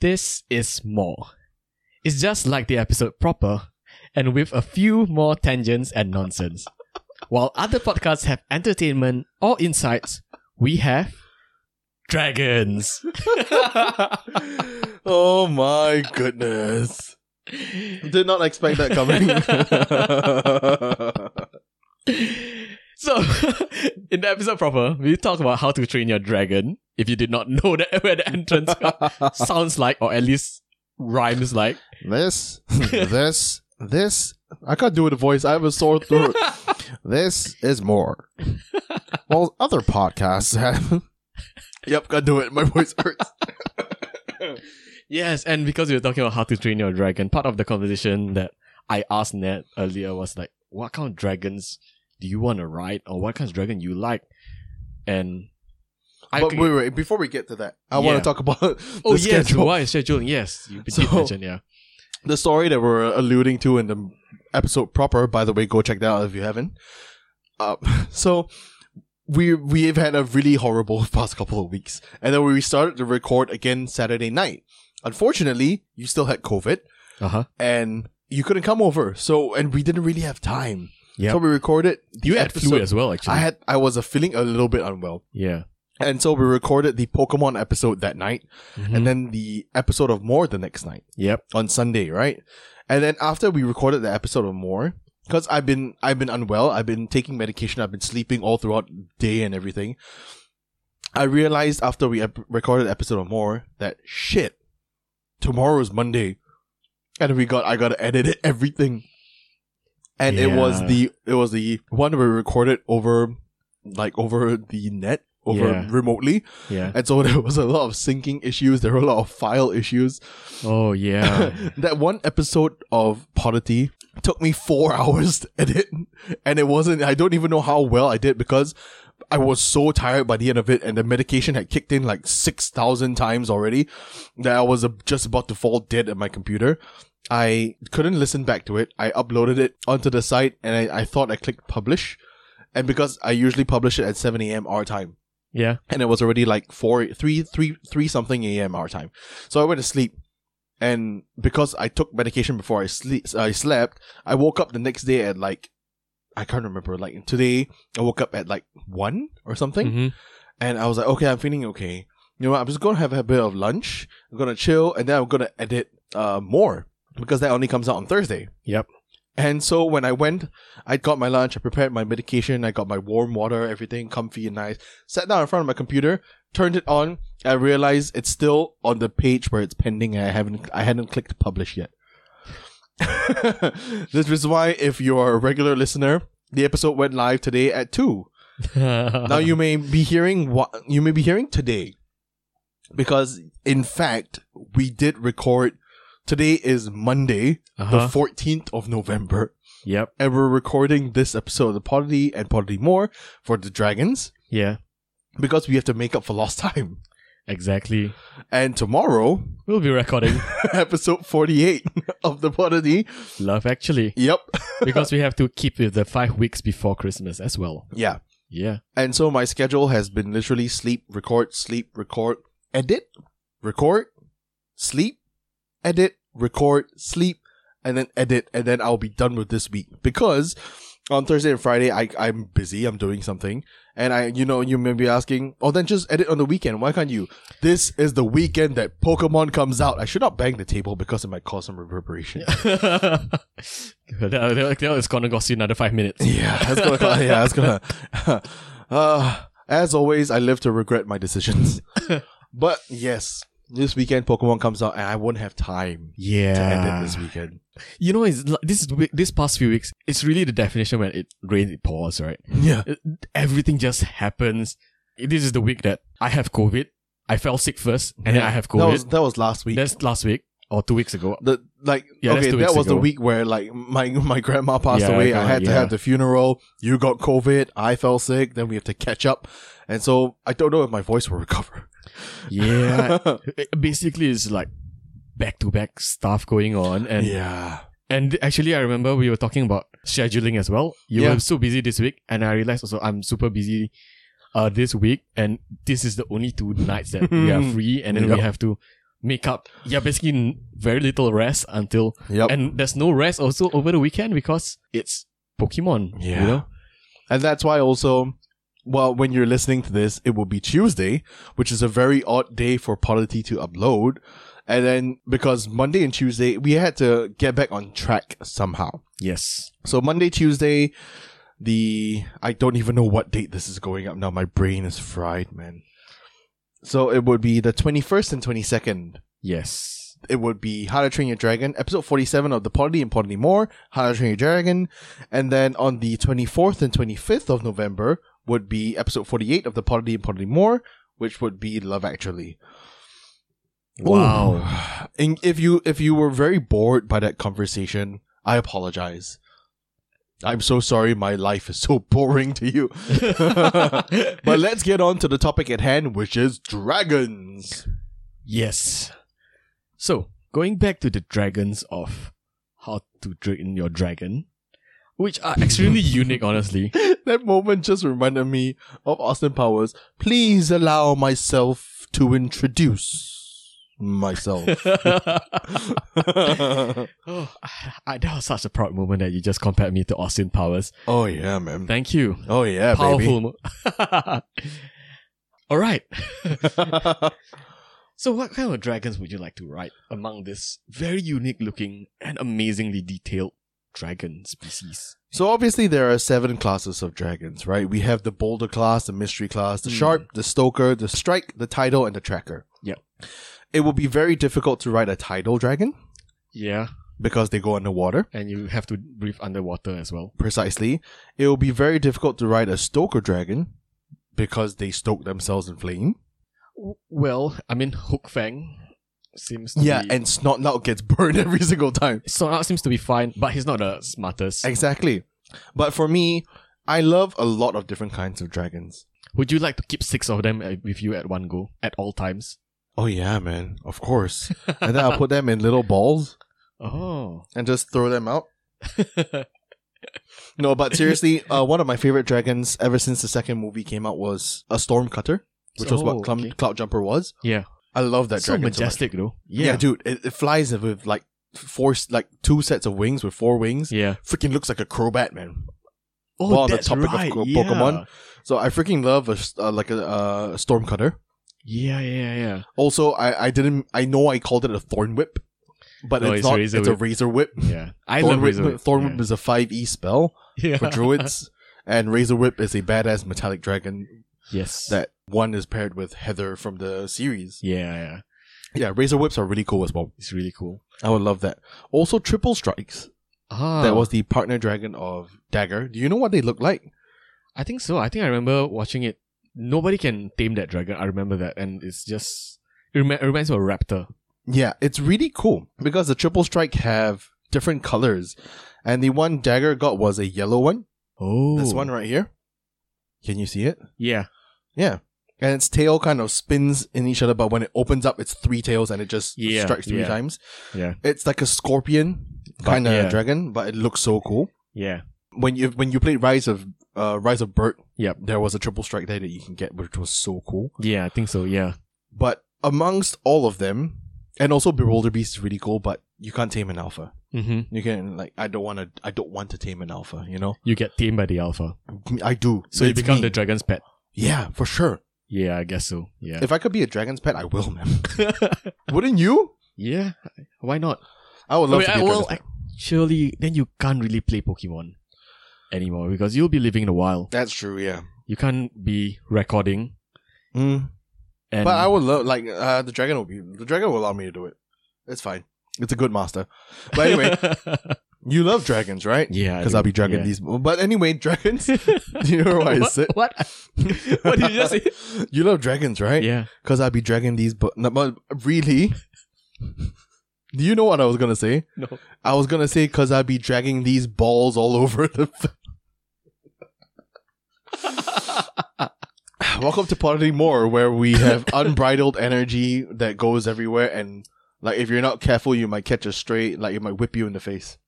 This is more. It's just like the episode proper, and with a few more tangents and nonsense. While other podcasts have entertainment or insights, we have dragons. oh my goodness. Did not expect that coming. So, in the episode proper, we talk about how to train your dragon. If you did not know that where the entrance sounds like, or at least rhymes like, this, this, this. I can't do it a voice. I have a sore throat. this is more. Well, other podcasts have. yep, can't do it. My voice hurts. Yes, and because we were talking about how to train your dragon, part of the conversation that I asked Ned earlier was like, what kind of dragons do you want to ride, or what kind of dragon you like? And I but could- wait, wait. Before we get to that, I Yeah. want to talk about the oh yes, schedule. why schedule? Yes, you did So- mention yeah. the story that we're alluding to in the episode proper. By the way, go check that out if you haven't. Uh, so we we've had a really horrible past couple of weeks, and then we started to record again Saturday night. Unfortunately, you still had COVID, Uh Uh-huh. huh. and you couldn't come over. So and we didn't really have time. Yep. So we recorded. the You had flu episode- as well, actually. I had. I was uh, feeling a little bit unwell, yeah. and so we recorded the Pokemon episode that night, Mm-hmm. and then the episode of More the next night yep. on Sunday, right? And then after we recorded the episode of more, because I've been I've been unwell, I've been taking medication, I've been sleeping all throughout the day and everything. I realized after we ep- recorded the episode of more that shit, tomorrow's Monday, and we got I got to edit everything, and it was Yeah. the it was the one we recorded over like over the net over Yeah. remotely, Yeah. and so there was a lot of syncing issues, there were a lot of file issues, Oh yeah. that one episode of Podity took me four hours to edit, and it wasn't. I don't even know how well I did because I was so tired by the end of it, and the medication had kicked in like six thousand times already that I was uh, just about to fall dead at my computer. I couldn't listen back to it. I uploaded it onto the site, and I, I thought I clicked publish, and because I usually publish it at seven a.m. our time yeah. and it was already like four, three, three, three something a.m. our time. So I went to sleep, and because I took medication before I sleep, I slept. I woke up the next day at like, I can't remember. Like today, I woke up at like one or something, hmm and I was like, okay, I'm feeling okay. You know, what, I'm just gonna have a bit of lunch. I'm gonna chill, and then I'm gonna edit uh more because that only comes out on Thursday. Yep. And so when I went, I got my lunch, I prepared my medication, I got my warm water, everything comfy and nice. Sat down in front of my computer, turned it on. I realized it's still on the page where it's pending, and I haven't, I hadn't clicked publish yet. this is why, if you are a regular listener, the episode went live today at two. Mm-hmm. Now you may be hearing what you may be hearing today, because in fact we did record. Today is Monday, the Uh-huh. 14th of November Yep. and we're recording this episode of the Podity and Podity More for the Dragons Yeah. because we have to make up for lost time. Exactly. And tomorrow, We'll be recording episode 48 of the Podity. Love Actually Yep. because we have to keep with the five weeks before Christmas as well. Yeah. Yeah. And so my schedule has been literally sleep, record, sleep, record, edit, record, sleep, edit, record, sleep, and then edit, and then I'll be done with this week. Because on Thursday and Friday, I, I'm busy, I'm doing something, and I, you know, you may be asking, oh, then just edit on the weekend. Why can't you? This is the weekend that Pokemon comes out. I should not bang the table because it might cause some reverberation. that, that, that is gonna cost you another five minutes. Yeah, that's gonna. yeah, that's gonna. Uh, as always, I live to regret my decisions. but yes, this weekend Pokemon comes out, and I won't have time to end it this weekend. you know, it's li- this week- this past few weeks. It's really the definition when it rains, it pours, right? Yeah, It- everything just happens. This is the week that I have COVID. I fell sick first, and then I have that was COVID. that was last week. That's last week or two weeks ago. the like Yeah, that's okay, two that weeks was the ago. week where like my my grandma passed Yeah, away. I grandma, had to yeah. have the funeral. You got COVID. I fell sick. Then we have to catch up, and so I don't know if my voice will recover. Yeah, It- basically, it's like back to back stuff going on, and yeah. and actually, I remember we were talking about scheduling as well. You Yeah. were so busy this week, and I realized also I'm super busy. Uh, this week, and this is the only two nights that we are free, and then we Yep. have to make up. Yeah, basically n- very little rest until, Yep. And, and there's no rest also over the weekend because it's Pokemon. Yeah. You know? that's why also, well, when you're listening to this, it will be Tuesday, which is a very odd day for Polity to upload. And then because Monday and Tuesday, we had to get back on track somehow. Yes. So Monday, Tuesday, the I don't even know what date this is going up now. My brain is fried, man. So it would be the twenty first and twenty second. Yes. It would be How to Train Your Dragon, episode forty seven of the Potty and Potty More, How to Train Your Dragon, and then on the twenty fourth and twenty fifth of November would be episode forty eight of the Potty and Potty More, which would be Love Actually. Wow. Ooh. And if you if you were very bored by that conversation, I apologize. I'm so sorry my life is so boring to you. But let's get on to the topic at hand, which is dragons. Yes. So, going back to the dragons of how to train your dragon, which are extremely unique, honestly. That moment just reminded me of Austin Powers. Please allow myself to introduce myself. oh oh, I, I- that was such a proud moment that you just compared me to Austin Powers. yeah, man. Thank you. Oh yeah, Powerful. mo- All right. baby. So, what kind of dragons would you like to ride among this very unique looking and amazingly detailed dragon species? So obviously there are seven classes of dragons, right? We have the boulder class, the mystery class, the Mm. sharp, the stoker, the strike, the tidal, and the tracker. Yep. It will be very difficult to ride a tidal dragon Yeah, because they go underwater. and you have to breathe underwater as well. Precisely. It will be very difficult to ride a stoker dragon because they stoke themselves in flame. W- Well, I mean, Hook Fang seems to Yeah, be, and Snotnout gets burned every single time. Snorlax seems to be fine, but he's not the smartest. Exactly. But for me, I love a lot of different kinds of dragons. Would you like to keep six of them uh, with you at one go at all times? Oh yeah, man. Of course. and then I'll put them in little balls Oh, and just throw them out. No, but seriously, uh, one of my favorite dragons ever since the second movie came out was a storm cutter, which was Oh, what Clum- okay. Cloud Jumper was. Yeah. I love that so dragon. so much. majestic though. yeah. dude, it, it flies with like four, s- like two sets of wings with four wings. yeah. Freaking looks like a crowbat, man. Oh, Well, on the that's topic of right. co- yeah. Pokemon. So I freaking love a, s- uh, like a uh, storm cutter. Yeah, yeah, yeah. Also, I, I didn't, I know I called it a thorn whip, but No, it's, it's not. razor it's a whip. razor whip. Yeah, I thorn love whip, Razor Whip. Thorn yeah. whip is a five E spell yeah. for druids, and razor whip is a badass metallic dragon Yes. that one is paired with Heather from the series. yeah, yeah. Yeah, razor whips are really cool as well. It's really cool. I would love that. Also, triple strikes. Ah, That was the partner dragon of Dagger. Do you know what they look like? I think so. I think I remember watching it. Nobody can tame that dragon. I remember that, and it's just it, remi- it reminds me of a raptor. Yeah, it's really cool because the triple strike have different colors, and the one Dagger got was a yellow one. Oh, This one right here. Can you see it? Yeah. Yeah. And its tail kind of spins in each other, but when it opens up, it's three tails and it just Yeah, strikes three yeah. times. Yeah. It's like a scorpion But- kind of yeah. dragon, but it looks so cool. Yeah. when you when you played Rise of uh, Rise of Bert, Yep. there was a triple strike there that you can get, which was so cool. Yeah. I think so. Yeah. But amongst all of them, and also Bewilder Beast is really cool, but you can't tame an alpha. Mm-hmm. You can like I don't want to I don't want to tame an alpha. You know You get tamed by the alpha, I do. so you It's become me. the dragon's pet. yeah for sure. Yeah, I guess so. Yeah. If I could be a dragon's pet, I will, man. Wouldn't you? yeah. Why not? I would love Wait, to I- be a well, dragon's pet. Surely, then you can't really play Pokemon anymore because you'll be living in the wild. That's true. Yeah. You can't be recording. Mm. And But I would love like uh, the dragon will be the dragon will allow me to do it. It's fine. It's a good master. But anyway, you love dragons, right? yeah, because I'll be dragging yeah. these. But anyway, dragons. these. you know where I what, sit. What? what did you just say? You love dragons, right? Yeah. Because I'll be dragging these. But, no, but really, do you know what I was gonna say? No. I was gonna say because I'll be dragging these balls all over the. Welcome to Potty More, where we have unbridled energy that goes everywhere, and like if you're not careful, you might catch a stray. Like it might whip you in the face.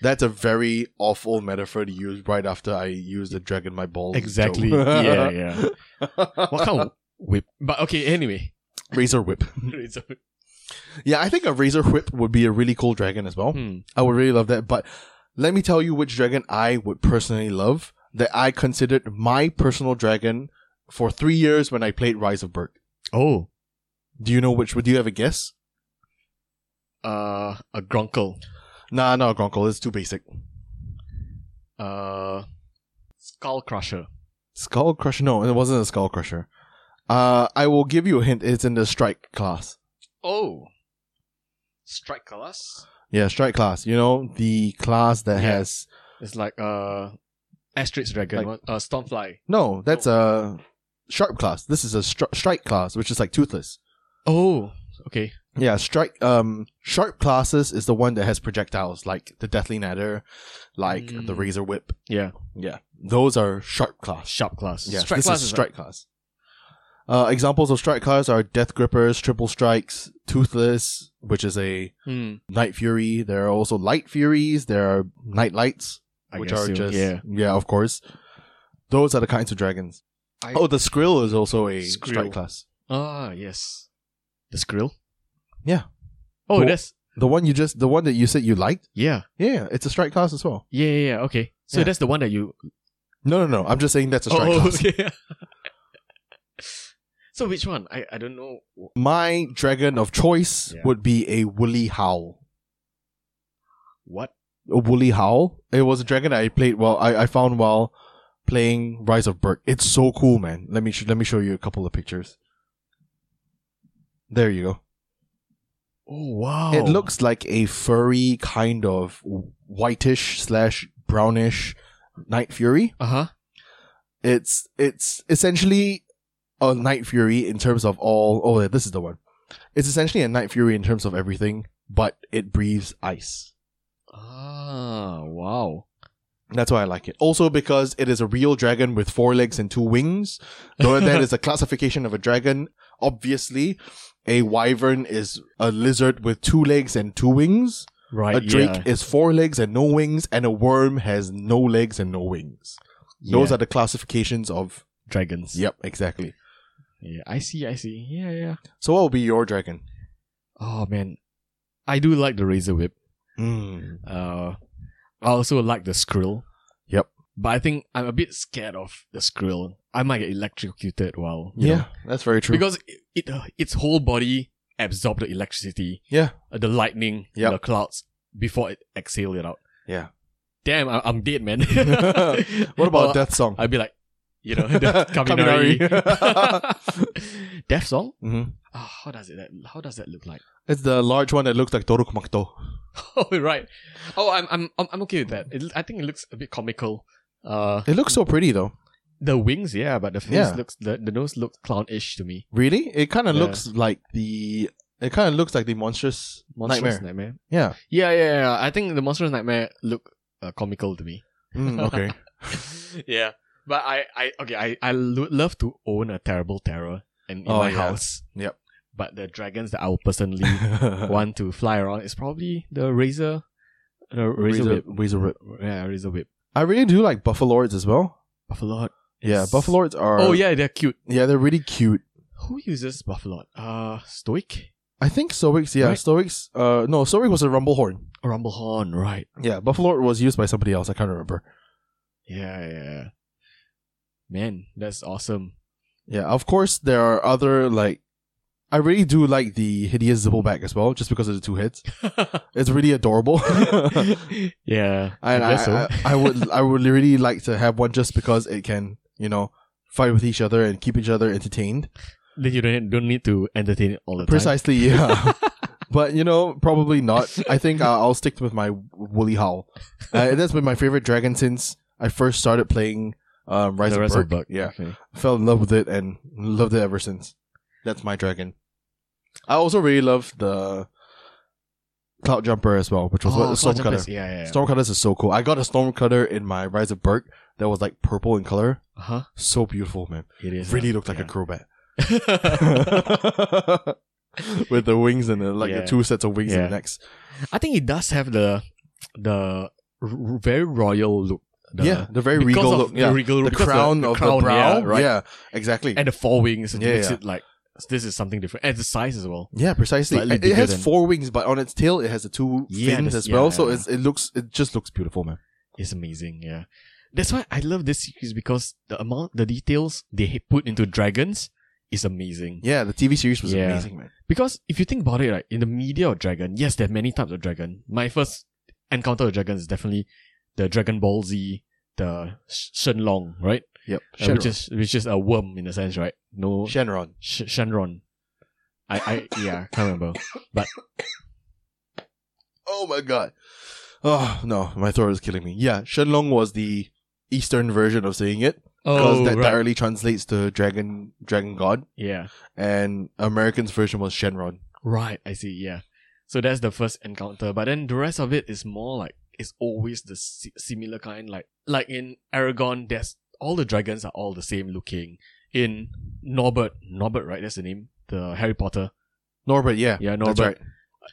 That's a very awful metaphor to use right after I use the dragon my balls. Exactly. joke. yeah, yeah. What kind of whip? But okay, anyway. razor whip. It's a- Yeah, I think a razor whip would be a really cool dragon as well. Hmm. I would really love that. But let me tell you which dragon I would personally love that I considered my personal dragon for three years when I played Rise of Berg. Oh, Do you know which? Would you have a guess? uh, a Gronkle. Nah, no, Gronkle. It's too basic. Uh, Skull Crusher. Skull Crusher. No, it wasn't a Skull Crusher. Uh, I will give you a hint. It's in the Strike class. Oh, Strike Class. Yeah, Strike class. You know the class that Yeah. has It's like uh, Asterix Dragon. Like- uh, Stormfly. no. That's a Sharp class. This is a stri- Strike class, which is like Toothless. Oh, okay. Yeah, strike. Um, sharp classes is the one that has projectiles, like the Deathly Nether, like Mm. the Razor Whip. Yeah, Yeah, those are sharp class. Sharp Class. Yes, Strike this Class is is strike class. Uh, examples of strike class are Death Grippers, Triple Strikes, Toothless, which is a like- Hmm, Night Fury. There are also Light Furies. There are Night Lights, I which guess are so, just yeah. of course. Those are the kinds of dragons. I- oh, the Skrill is also a Skrill. strike class. Ah, yes. The Skrill. Yeah. Oh, Well- that's The one you just, the one that you said you liked. yeah, Yeah, it's a strike class as well. yeah, yeah. yeah, Okay, so Yeah. that's the one that you. No, no, no. I'm just saying that's a strike oh, class. okay. so which one? I I don't know. My dragon of choice Yeah. would be a woolly howl. What? A woolly howl. It was a dragon I played while I, I found while playing Rise of Berk. It's so cool, man. Let me sh- let me show you a couple of pictures. There you go. Oh wow! It looks like a furry kind of whitish slash brownish night fury. Uh huh. It's it's essentially a Night Fury in terms of all. Oh, yeah, this is the one. It's essentially a Night Fury in terms of everything, but it breathes ice. Ah wow. That's why I like it. Also because it is a real dragon with four legs and two wings. Though that is a classification of a dragon. Obviously, a wyvern is a lizard with two legs and two wings. Right. A drake yeah. is four legs and no wings, and a worm has no legs and no wings. Those Yeah. are the classifications of. dragons. Yep, exactly. Yeah. I see. I see. Yeah. Yeah. So what will be your dragon? Oh man, I do like the razor whip. Mm. Uh, I also like the Skrill. Yep. But I think I'm a bit scared of the Skrill. I might get electrocuted while you Yeah, know, that's very true. because it, it uh, its whole body absorbed the electricity, yeah, uh, the lightning, Yep. the clouds before it exhaled it out. Yeah. Damn, I, I'm dead, man. what about Or Death Song? I'd be like, you know, the Kaminari. Death song? Mhm. Ah, how does it? How does that look like? It's the large one that looks like Doruk Makto. Oh right. Oh, I'm I'm I'm I'm okay with that. It, I think it looks a bit comical. Uh, It looks so pretty though. the wings, yeah, but the face Yeah. looks the, the nose looks clownish to me. Really? It kind of Yeah. looks like the. It kind of looks like the monstrous, Monstrous nightmare. nightmare. Yeah. Yeah, yeah, yeah. I think the monstrous nightmare look uh, comical to me. Mm, okay. yeah, but I I okay I I lo- love to own a terrible terror in, in Oh, my yeah. house. Yep. But the dragons that I will personally want to fly around is probably the razor, the razor, whip. Razor whip. Yeah, razor whip. I really do like buffalords as well. Buffalo. Yeah, Yes. buffalords are. Oh yeah, they're cute. Yeah, they're really cute. Who uses Buffalo? Uh, Stoic I think Stoics. Yeah, Right. Stoics. Uh, no, Stoic was a rumblehorn. or Rumblehorn, right? Yeah, buffalord was used by somebody else. I can't remember. Yeah, yeah. Man, that's awesome. Yeah, of course there are other like I really do like the hideous zippleback as well, just because of the two heads. It's really adorable. and yeah, I, I guess so. I, I would I would really like to have one just because it can, you know, fight with each other and keep each other entertained. then you don't don't need to entertain it all the Precisely, yeah. but you know, probably not. I think uh, I'll stick with my woolly howl. Uh, that's been my favorite dragon since I first started playing time. um, Rise the of rest Berk. of Buck. Yeah, Okay. fell in love with it and loved it ever since. That's my dragon. I also really love the Cloud Jumper as well, which was Oh, Cloud what Jumper Stormcutter. is- Yeah, yeah. yeah. Stormcutters is so cool. I got a Stormcutter in my Rise of Berk that was like purple in color. huh. So beautiful, man. Uh-huh. It is really uh, looked like a crowbat. yeah. With the wings and the, like Yeah. the two sets of wings Yeah. and the necks. I think it does have the the r- r- very royal look. The, yeah, the very because regal of look. The yeah. regal The because crown the of crown, the brow. yeah, right? Yeah, exactly. And the four wings it Yeah, makes yeah. it like This is something different. And the size as well. Yeah, precisely. Slightly It- It bigger has than- four wings, but on its tail it has the two Yeah, fins that's- as well. yeah, so yeah, It's, it looks, it just looks beautiful, man. It's amazing, yeah. That's why I love this series because the amount, the details they put into dragons is amazing. Yeah, the TV series was Yeah. amazing, man. Because if you think about it, right, in the media of dragon, yes, there are many types of dragon. My first encounter with dragon is definitely the Dragon Ball Z, the Sh- Shenlong, right? Yep. Uh, which is which is a worm in a sense, right? No, Sh- Shenron. Shenron. I, I yeah, can't remember. Oh my god. Oh no, my throat is killing me. Yeah, Shenlong was the Eastern version of saying it because Oh, that directly translates to dragon, dragon god, yeah, and American's version was Shenron. right. I see. Yeah, so that's the first encounter. But then the rest of it is more like it's always the si- similar kind. Like like in Aragon, there's all the dragons are all the same looking. In Norbert, Norbert, right? That's the name. The Harry Potter. Norbert, yeah, Yeah, That's Norbert.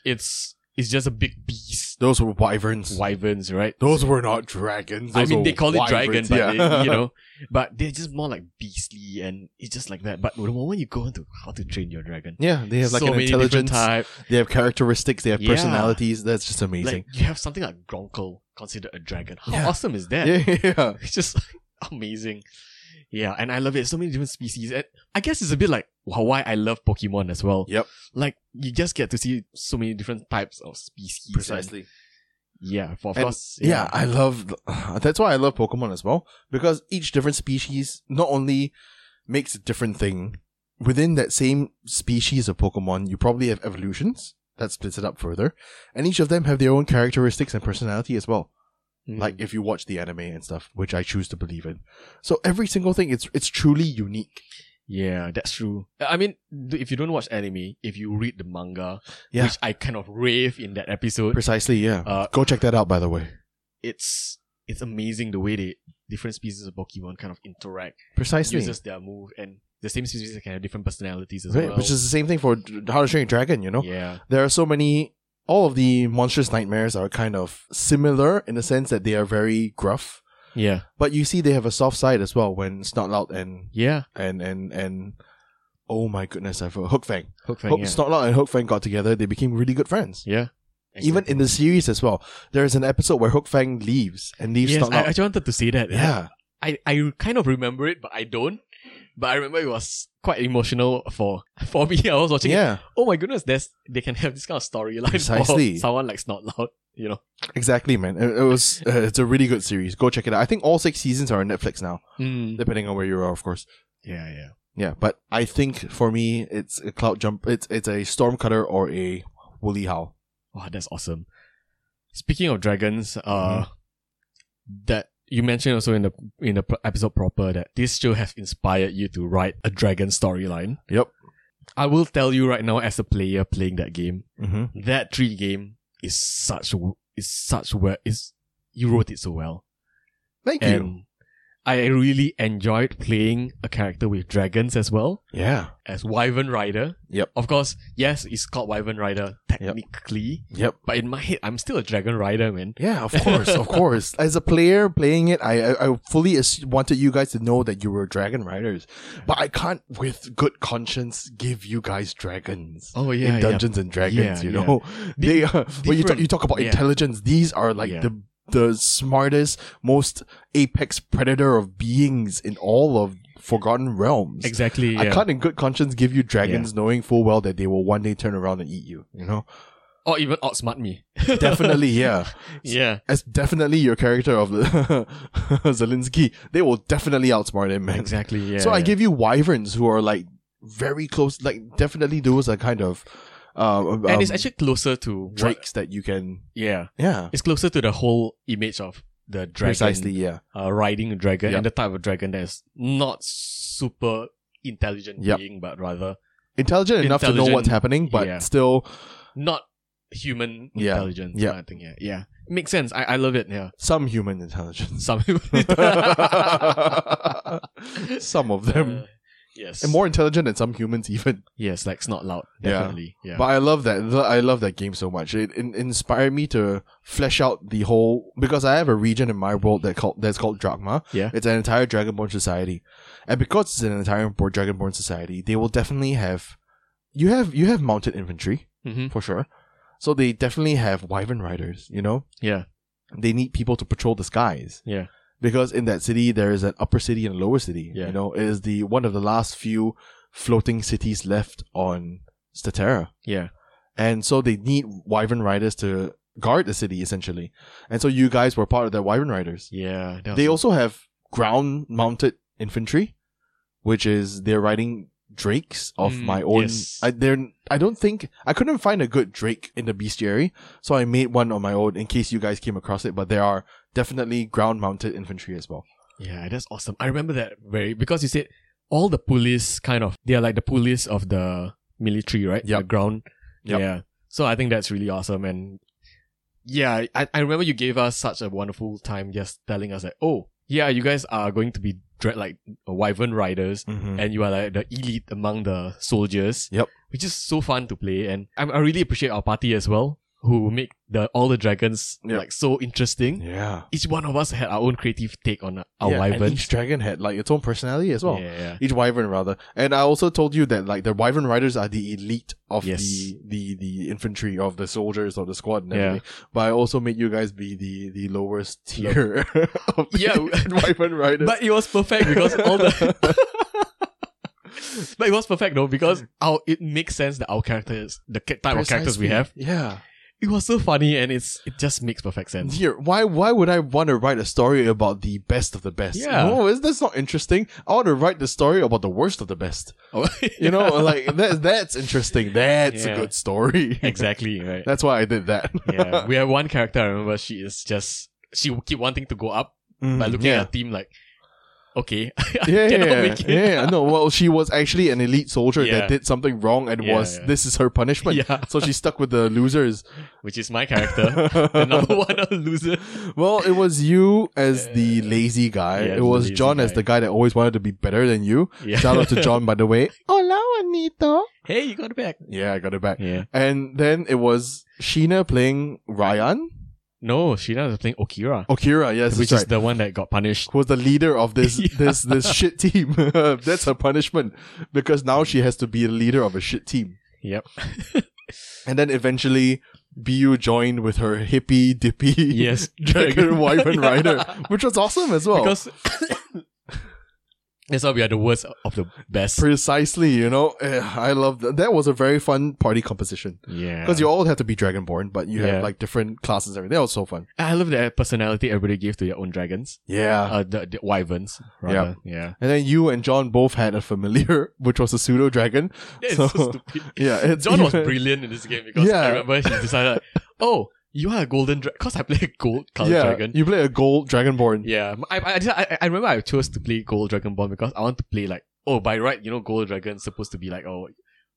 It's it's just a big beast. Those were wyverns. Wyverns, right? Those were not dragons. I Those mean, were they call it dragon, wyverns, but yeah. they, you know, but they're just more like beastly, and it's just like that. But the moment you go into how to train your dragon, yeah, they have like so an many different intelligence. type. They have characteristics. They have Yeah. personalities. That's just amazing. Like you have something like Gronkle considered a dragon. How Yeah. awesome is that? yeah, yeah. It's just amazing. Yeah, and I love it. So many different species, and I guess it's a bit like why I love Pokemon as well. Yep. Like you just get to see so many different types of species. and- Precisely. yeah. For of And- course. Yeah, I love. That's why I love Pokemon as well because each different species not only makes a different thing within that same species of Pokemon. You probably have evolutions that splits it up further, and each of them have their own characteristics and personality as well. Mm. Like if you watch the anime and stuff, which I choose to believe in. So every single thing, it's it's truly unique. Yeah, that's true. I mean, th- if you don't watch anime, if you read the manga, Yeah. which I kind of rave in that episode, Precisely. Yeah. uh, Go check that out, by the way. it's it's amazing the way they different species of Pokemon kind of interact, Precisely. uses their move, and the same species can have different personalities as Right, well. which is the same thing for How to Train Your Dragon. You know. yeah, there are so many all of the monstrous nightmares are kind of similar in the sense that they are very gruff yeah, but you see they have a soft side as well when Snortlout and yeah. and and and oh my goodness I forgot Hookfang Hook Hook, yeah. Snortlout and Hookfang got together they became really good friends yeah. even in the series as well there is an episode where Hookfang leaves and leaves yes, I Snortlout actually wanted to say that. yeah I, I kind of remember it, but I don't. But I remember it was quite emotional for for me. I was watching it. yeah Oh my goodness, there's they can have this kind of storyline Precisely. for someone like Snotlout, you know. exactly man it, it was uh, it's a really good series go check it out I think all six seasons are on Netflix now depending on where you are of course Mm. Yeah, yeah. Yeah, but I think for me, it's a cloud jump. It's it's a storm cutter or a woolly howl. Wow, that's awesome. Speaking of dragons, Mm-hmm. uh, that you mentioned also in the in the episode proper that this show has inspired you to write a dragon storyline. Yep. I will tell you right now, as a player playing that game, Mm-hmm. that tree game is such w- is such well is you wrote it so well, Thank you. and I really enjoyed playing a character with dragons as well Yeah. as Wyvern Rider. Yep. Of course, yes, it's called Wyvern Rider technically, Yep. but in my head, I'm still a Dragon Rider, man. Yeah. Of course. of course. As a player playing it, I I, I fully as- wanted you guys to know that you were dragon riders, but I can't with good conscience give you guys dragons. Oh in Dungeons and Dragons, Yeah, you yeah. know, they are, when you talk, different- you talk about yeah. intelligence, these are like Yeah. the the smartest, most apex predator of beings in all of Forgotten Realms. Exactly. I yeah. can't in good conscience give you dragons knowing full well that they will one day turn around and eat you, you know? Or even outsmart me. Definitely, yeah. yeah. As definitely your character of Zelinsky, they will definitely outsmart him, man. Exactly. Yeah. so I yeah. give you wyverns who are like very close, like definitely those are kind of um, um, and it's actually closer to what- drakes that you can, yeah, yeah, it's closer to the whole image of the dragon, precisely, yeah, uh, riding a dragon, Yep. and the type of dragon that is not super intelligent Yep. being, but rather intelligent enough to know what's Intelligent, happening, but yeah. still not human Yeah. intelligence. Yeah. kind of thing. Yeah. Yeah. Makes sense. I, I love it. Yeah. Uh, some human intelligence. Some. some of them. Uh, Yes. and more intelligent than some humans even. Yes, like it's not loud. Yeah. Definitely. Yeah. But I love that. Th- I love that game so much. It, in inspired me to flesh out the whole because I have a region in my world that called that's called Drachma. Yeah. it's an entire Dragonborn society, and because it's an entire bo- Dragonborn society, they will definitely have you have you have mounted infantry mm-hmm. for sure. So they definitely have wyvern riders. You know, Yeah. they need people to patrol the skies. Yeah. Because in that city there is an upper city and a lower city. Yeah. You know, it is the one of the last few floating cities left on Statera. Yeah. And so they need Wyvern Riders to guard the city essentially. And so you guys were part of the Wyvern Riders. Yeah. that was- They also have ground mounted infantry, which is they're riding drakes of Mm, my own yes. I they're I don't think I couldn't find a good drake in the bestiary, so I made one on my own in case you guys came across it, but there are definitely ground mounted infantry as well. Yeah, that's awesome. I remember that very because you said all the police kind of they are like the police of the military, right? Yeah, Yup. The ground. Yup. Yeah. So I think that's really awesome and yeah, I, I remember you gave us such a wonderful time just telling us like, oh, yeah, you guys are going to be dre- like uh, wyvern riders Mm-hmm. and you are like the elite among the soldiers. Yup. Which is so fun to play and I, I really appreciate our party as well who make the all the dragons Yup. like so interesting. Yeah. Each one of us had our own creative take on our yeah, wyvern. And each dragon had like its own personality as well. Yeah, Each wyvern rather. And I also told you that like the wyvern riders are the elite of Yes. the, the the infantry of the soldiers or the squad and Yeah. everything. But I also made you guys be the the lowest tier of Yeah. the wyvern riders. but it was perfect because all the. but it was perfect though because our it makes sense that our characters, the ca- type of characters we Precisely. have, Yeah. it was so funny and it's it just makes perfect sense. Here, why why would I want to write a story about the best of the best? Yeah. No, is that's not interesting. I want to write the story about the worst of the best. Oh, You know, like that that's interesting. That's Yeah. a good story. exactly right. That's why I did that. yeah, we have one character. I remember she is just she will keep wanting to go up, Mm, but looking yeah. at her team like, okay, yeah, cannot yeah, make it. yeah. No, well, she was actually an elite soldier Yeah. that did something wrong and Yeah, was yeah. this is her punishment. yeah, So she stuck with the losers. which is my character, the number one loser. well, it was you as the lazy guy. Yeah, it was lazy John as guy. the guy that always wanted to be better than you. Yeah. Shout out to John, by the way. Hola, Juanito. Hey, you got it back. Yeah, I got it back. Yeah. And then it was Sheena playing Ryan. No, she was playing Okira, Okira, yes, which Oh, that's is right. the one that got punished. who was the leader of this Yeah. this this shit team. That's her punishment because now she has to be the leader of a shit team. Yep. And then eventually, Bu joined with her hippie dippy Yes, dragon wife and Yeah. rider, which was awesome as well. Because that's why we are the worst of the best. Precisely, you know, Eh, I love that. That was a very fun party composition Yeah, because you all have to be dragonborn, but you Yeah. have like different classes and everything. That was so fun. I love the personality everybody gave to their own dragons, Yeah, uh, the, the wyverns. Rather. Yeah, and then you and John both had a familiar, which was a pseudo dragon. yeah. So- It's so stupid. Yeah, it's John was even- brilliant in this game because Yeah. I remember he decided, like, oh, you are a golden dragon. Because I play a gold color yeah, dragon. you play a gold dragonborn. Yeah, I, I, just- I, I remember I chose to play Gold Dragon Ball because I want to play like oh by right you know Gold Dragon is supposed to be like oh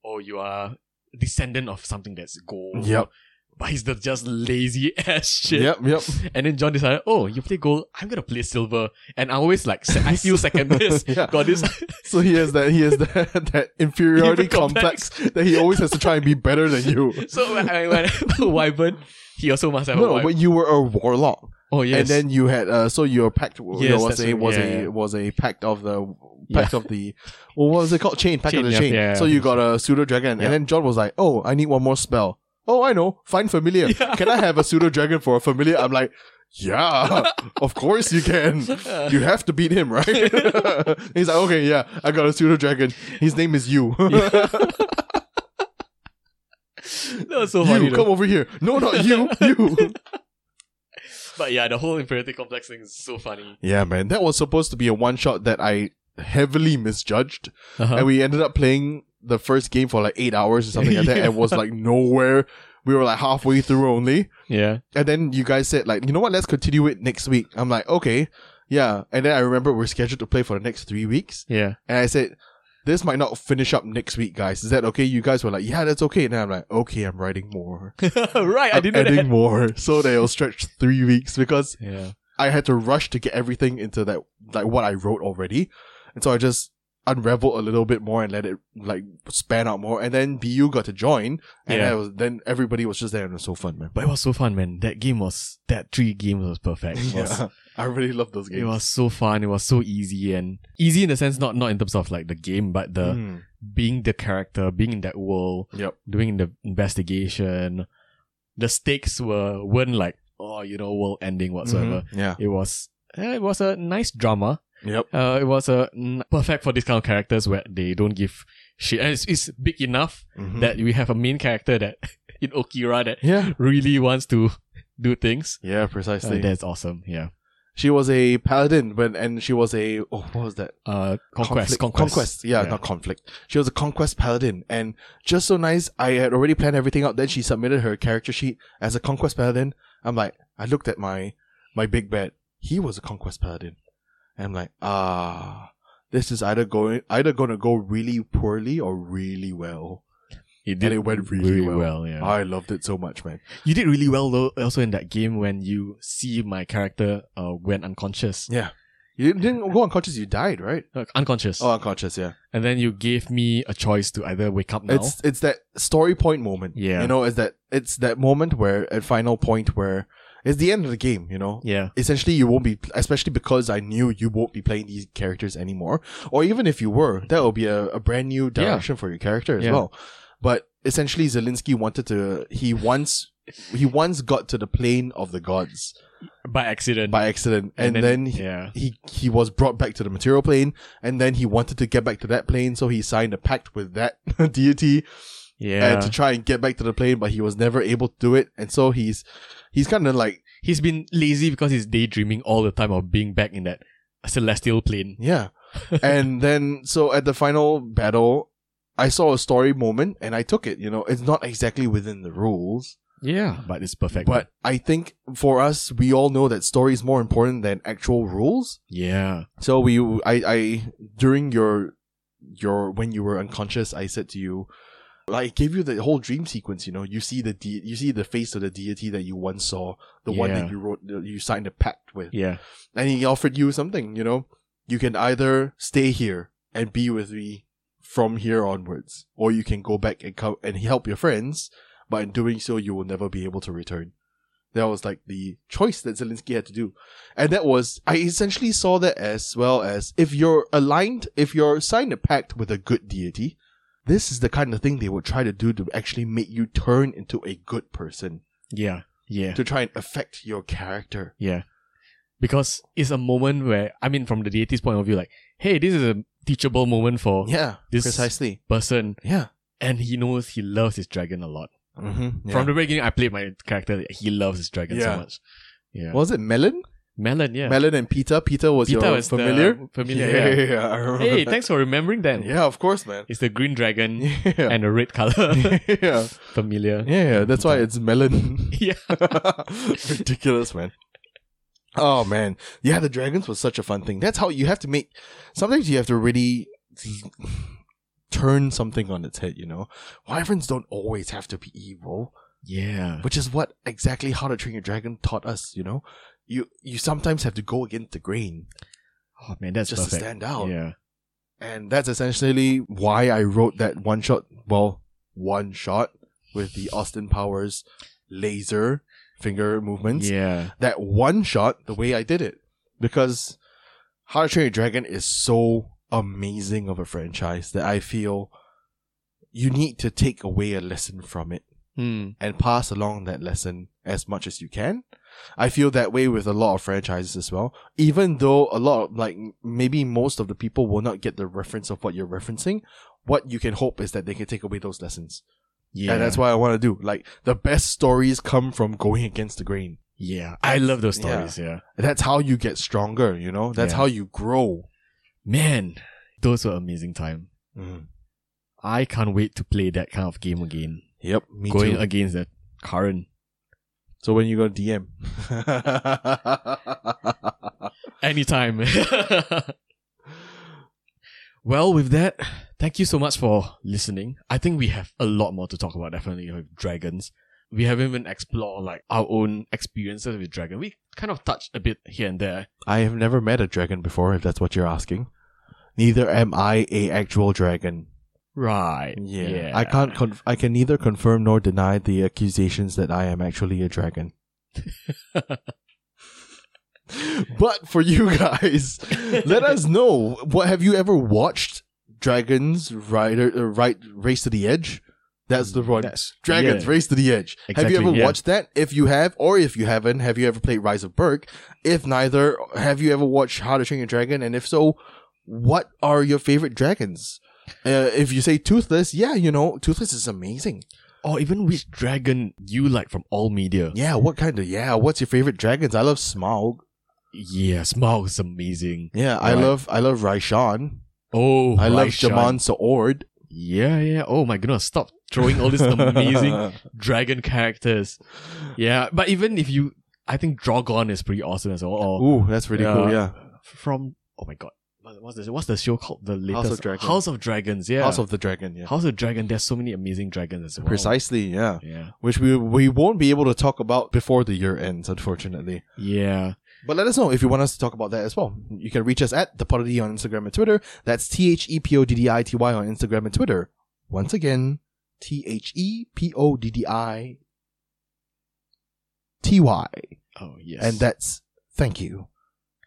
oh you are descendant of something that's gold. Yep. But he's the just lazy ass shit. Yep, yep. And then John decided, oh, you play gold, I'm gonna play silver, and I always like se- I feel second best. Yeah. Got this. So he has that he has that, that inferiority Even complex that he always has to try and be better than you. so when I went Wyvern, he also must have a No, wyvern. but you were a warlock, Oh yes. and then you had uh, so your pact w- Yes, you know, was that's a right. was Yeah, a yeah. was a pact of the Yeah. pact of the well, what was it called chain pact Chain, of the yeah, chain. yeah, yeah. so you got a pseudo dragon, Yeah. and then John was like, "Oh, I need one more spell. Oh, I know, find familiar. Can I have a pseudo dragon for a familiar?" I'm like. Yeah, of course you can. You have to beat him, right? He's like, okay, yeah, I got a pseudo dragon. His name is you. that was so funny. you, though. come over here. No, not you. You. But yeah, the whole inferiority complex thing is so funny. yeah, man, that was supposed to be a one shot that I heavily misjudged, Uh-huh. and we ended up playing the first game for like eight hours or something like that, and was like nowhere. We were like halfway through only, yeah. and then you guys said like, you know what? Let's continue it next week. I'm like, okay, yeah. And then I remember we're scheduled to play for the next three weeks, Yeah. and I said. This might not finish up next week, guys. Is that okay? You guys were like, "Yeah, that's okay." And then I'm like, "Okay, I'm writing more. right, I I'm didn't know that. adding more, so that it'll stretch three weeks because Yeah. I had to rush to get everything into that like what I wrote already, and so I just unraveled a little bit more and let it like span out more. And then BU got to join, and Yeah. I was, then everybody was just there, and it was so fun, man. But it was so fun, man. That game was that three games was perfect. It was, yeah, I really love those games. it was so fun. It was so easy and easy in the sense not not in terms of like the game, but the Mm. being the character, being in that world, Yep. doing the investigation. The stakes were weren't like oh you know world ending whatsoever. Mhm. Yeah. It was eh, it was a nice drama. Yep. Uh, it was a n- perfect for these kind of characters where they don't give shit. And it's, it's big enough Mhm. that we have a main character that in Okira that Yeah. really wants to do things. Yeah. Uh, Precisely. that's awesome. Yeah. she was a paladin, when and she was a oh, what was that? Uh, conquest, Conflict- conquest, Yeah, Yeah. not conflict. She was a conquest paladin, and just so nice. I had already planned everything out. Then she submitted her character sheet as a conquest paladin. I'm like, I looked at my my big bad. He was a conquest paladin, and I'm like, ah, this is either going either gonna go really poorly or really well. It And it went really well. yeah. I loved it so much, man. you did really well though. Also in that game when you see my character uh went unconscious, Yeah, you didn't go unconscious. You died, right? Uh, unconscious, Oh, unconscious. Yeah. and then you gave me a choice to either wake up now. It's it's that story point moment. Yeah. You know, it's that it's that moment where at final point where it's the end of the game, you know? yeah. Essentially you won't be especially because I knew you won't be playing these characters anymore. Or even if you were, that will be a, a brand new direction for your character as Yeah. well. But essentially Zelensky wanted to he once he once got to the plane of the gods By accident. by accident and, then, he yeah. he he was brought back to the material plane, and then he wanted to get back to that plane, so he signed a pact with that deity Yeah. uh, to try and get back to the plane, but he was never able to do it, and so he's he's kind of like he's been lazy because he's daydreaming all the time of being back in that celestial plane. yeah, and then so at the final battle, I saw a story moment, and I took it. You know, it's not exactly within the rules, Yeah. But it's perfect. but I think for us, we all know that story is more important than actual rules. yeah. So we, I, I, during your, your when you were unconscious, I said to you, I gave you the whole dream sequence. You know, you see the de- you see the face of the deity that you once saw, the one that Yeah. you wrote, you signed a pact with, Yeah. and he offered you something. You know, you can either stay here and be with me from here onwards, or you can go back and come and help your friends. But in doing so, you will never be able to return. That was like the choice that Zelensky had to do. And that was, I essentially saw that as well as if you're aligned, if you're signed a pact with a good deity, this is the kind of thing they would try to do to actually make you turn into a good person, Yeah. Yeah. to try and affect your character. Yeah. Because it's a moment where, I mean, from the deity's point of view, like, hey, this is a teachable moment for Yeah, This- precisely. person. Yeah. And he knows he loves his dragon a lot. Mm-hmm. From the beginning, I played my character. He loves his dragon Yeah. so much. Yeah. was it Melon? Melon, yeah. Melon and Peter. Peter was Peter your was the familiar. familiar, Yeah, yeah. yeah, yeah, I remember. hey, that. thanks for remembering them. Yeah, of course, man. It's the green dragon Yeah. and a red color. yeah. familiar. Yeah, yeah, that's why it's melon. Yeah. Ridiculous, man. Oh man, yeah, the dragons was such a fun thing. That's how you have to make. Sometimes you have to really turn something on its head. You know, wyverns don't always have to be evil, Yeah. which is what exactly How to Train Your Dragon taught us. You know, you you sometimes have to go against the grain Oh, man, that's just to perfect. stand out. Yeah. And that's essentially why I wrote that one shot, well, one shot with the Austin Powers laser finger movements. Yeah. That one shot, the way I did it. Because How to Train Your Dragon is so amazing of a franchise that I feel you need to take away a lesson from it Hmm. and pass along that lesson as much as you can. I feel that way with a lot of franchises as well. Even though a lot of, like, m- maybe most of the people will not get the reference of what you're referencing, what you can hope is that they can take away those lessons. Yeah. And that's what I want to do. Like, the best stories come from going against the grain. Yeah. I love those Yeah. stories. Yeah. That's how you get stronger, you know? That's Yeah. how you grow. Man, those were amazing time. Mm. I can't wait to play that kind of game again. Yep, me Going too. against the current. so when you go DM? Anytime. well, with that, thank you so much for listening. I think we have a lot more to talk about, definitely, with dragons. We haven't even explored like our own experiences with dragon. We kind of touched a bit here and there. I have never met a dragon before, if that's what you're asking. Neither am I a actual dragon. Right. I can't. Conf- I can neither confirm nor deny the accusations that I am actually a dragon. but for you guys, let us know what have you ever watched Dragons Rider uh, right Race to the Edge? That's the one. That's- Dragons yeah. Race to the Edge. have Exactly, you ever yeah. watched that? If you have, or if you haven't, have you ever played Rise of Berg? If neither, have you ever watched How to Train Your Dragon? And if so, what are your favorite dragons? Uh, if you say Toothless, yeah, you know Toothless is amazing. Or even which dragon you like from all media. Yeah, what kind of yeah? What's your favorite dragons? I love Smaug. Yeah, Smaug is amazing. Yeah, I Right. love I love Raishan. Oh, I love Raishan. Jaman Saord. Yeah, yeah. Oh my goodness, stop throwing all these amazing dragon characters. Yeah, but even if you, I think Drogon is pretty awesome as well. Or Ooh, that's really cool. Yeah, from oh my god, what- what's the what's the show called? The latest of Dragon. House of Dragons. Yeah, House of the Dragon. Yeah, House of Dragon. There's so many amazing dragons as well. precisely. Yeah, Yeah, which we we won't be able to talk about before the year ends, unfortunately. yeah. But let us know if you want us to talk about that as well. You can reach us at the Podity on Instagram and Twitter. That's T H E P O D D I T Y on Instagram and Twitter. Once again, T H E P O D D I T Y, Oh yes, and that's thank you.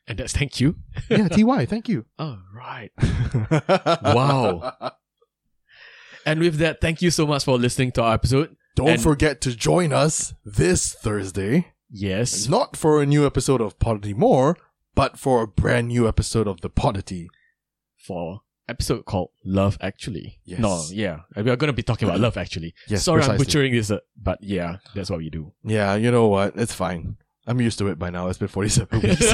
and that's thank you. Yeah, T Y, thank you. Oh right. wow. And with that, thank you so much for listening to our episode. Don't And- forget to join us this Thursday. Yes, Not for a new episode of Podity More, but for a brand new episode of The Podity. for episode called Love Actually. Yes. No, yeah. We are going to be talking about love actually. Yes, Sorry, I'm precisely. butchering this, uh, but yeah, that's what we do. Yeah, you know what? It's fine. I'm used to it by now. It's been 47 weeks.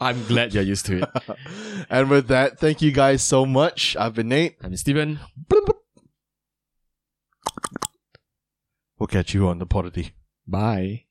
I'm glad you're used to it. and with that, thank you guys so much. I've been Nate. I'm Steven. We'll catch you on the Podity. Bye.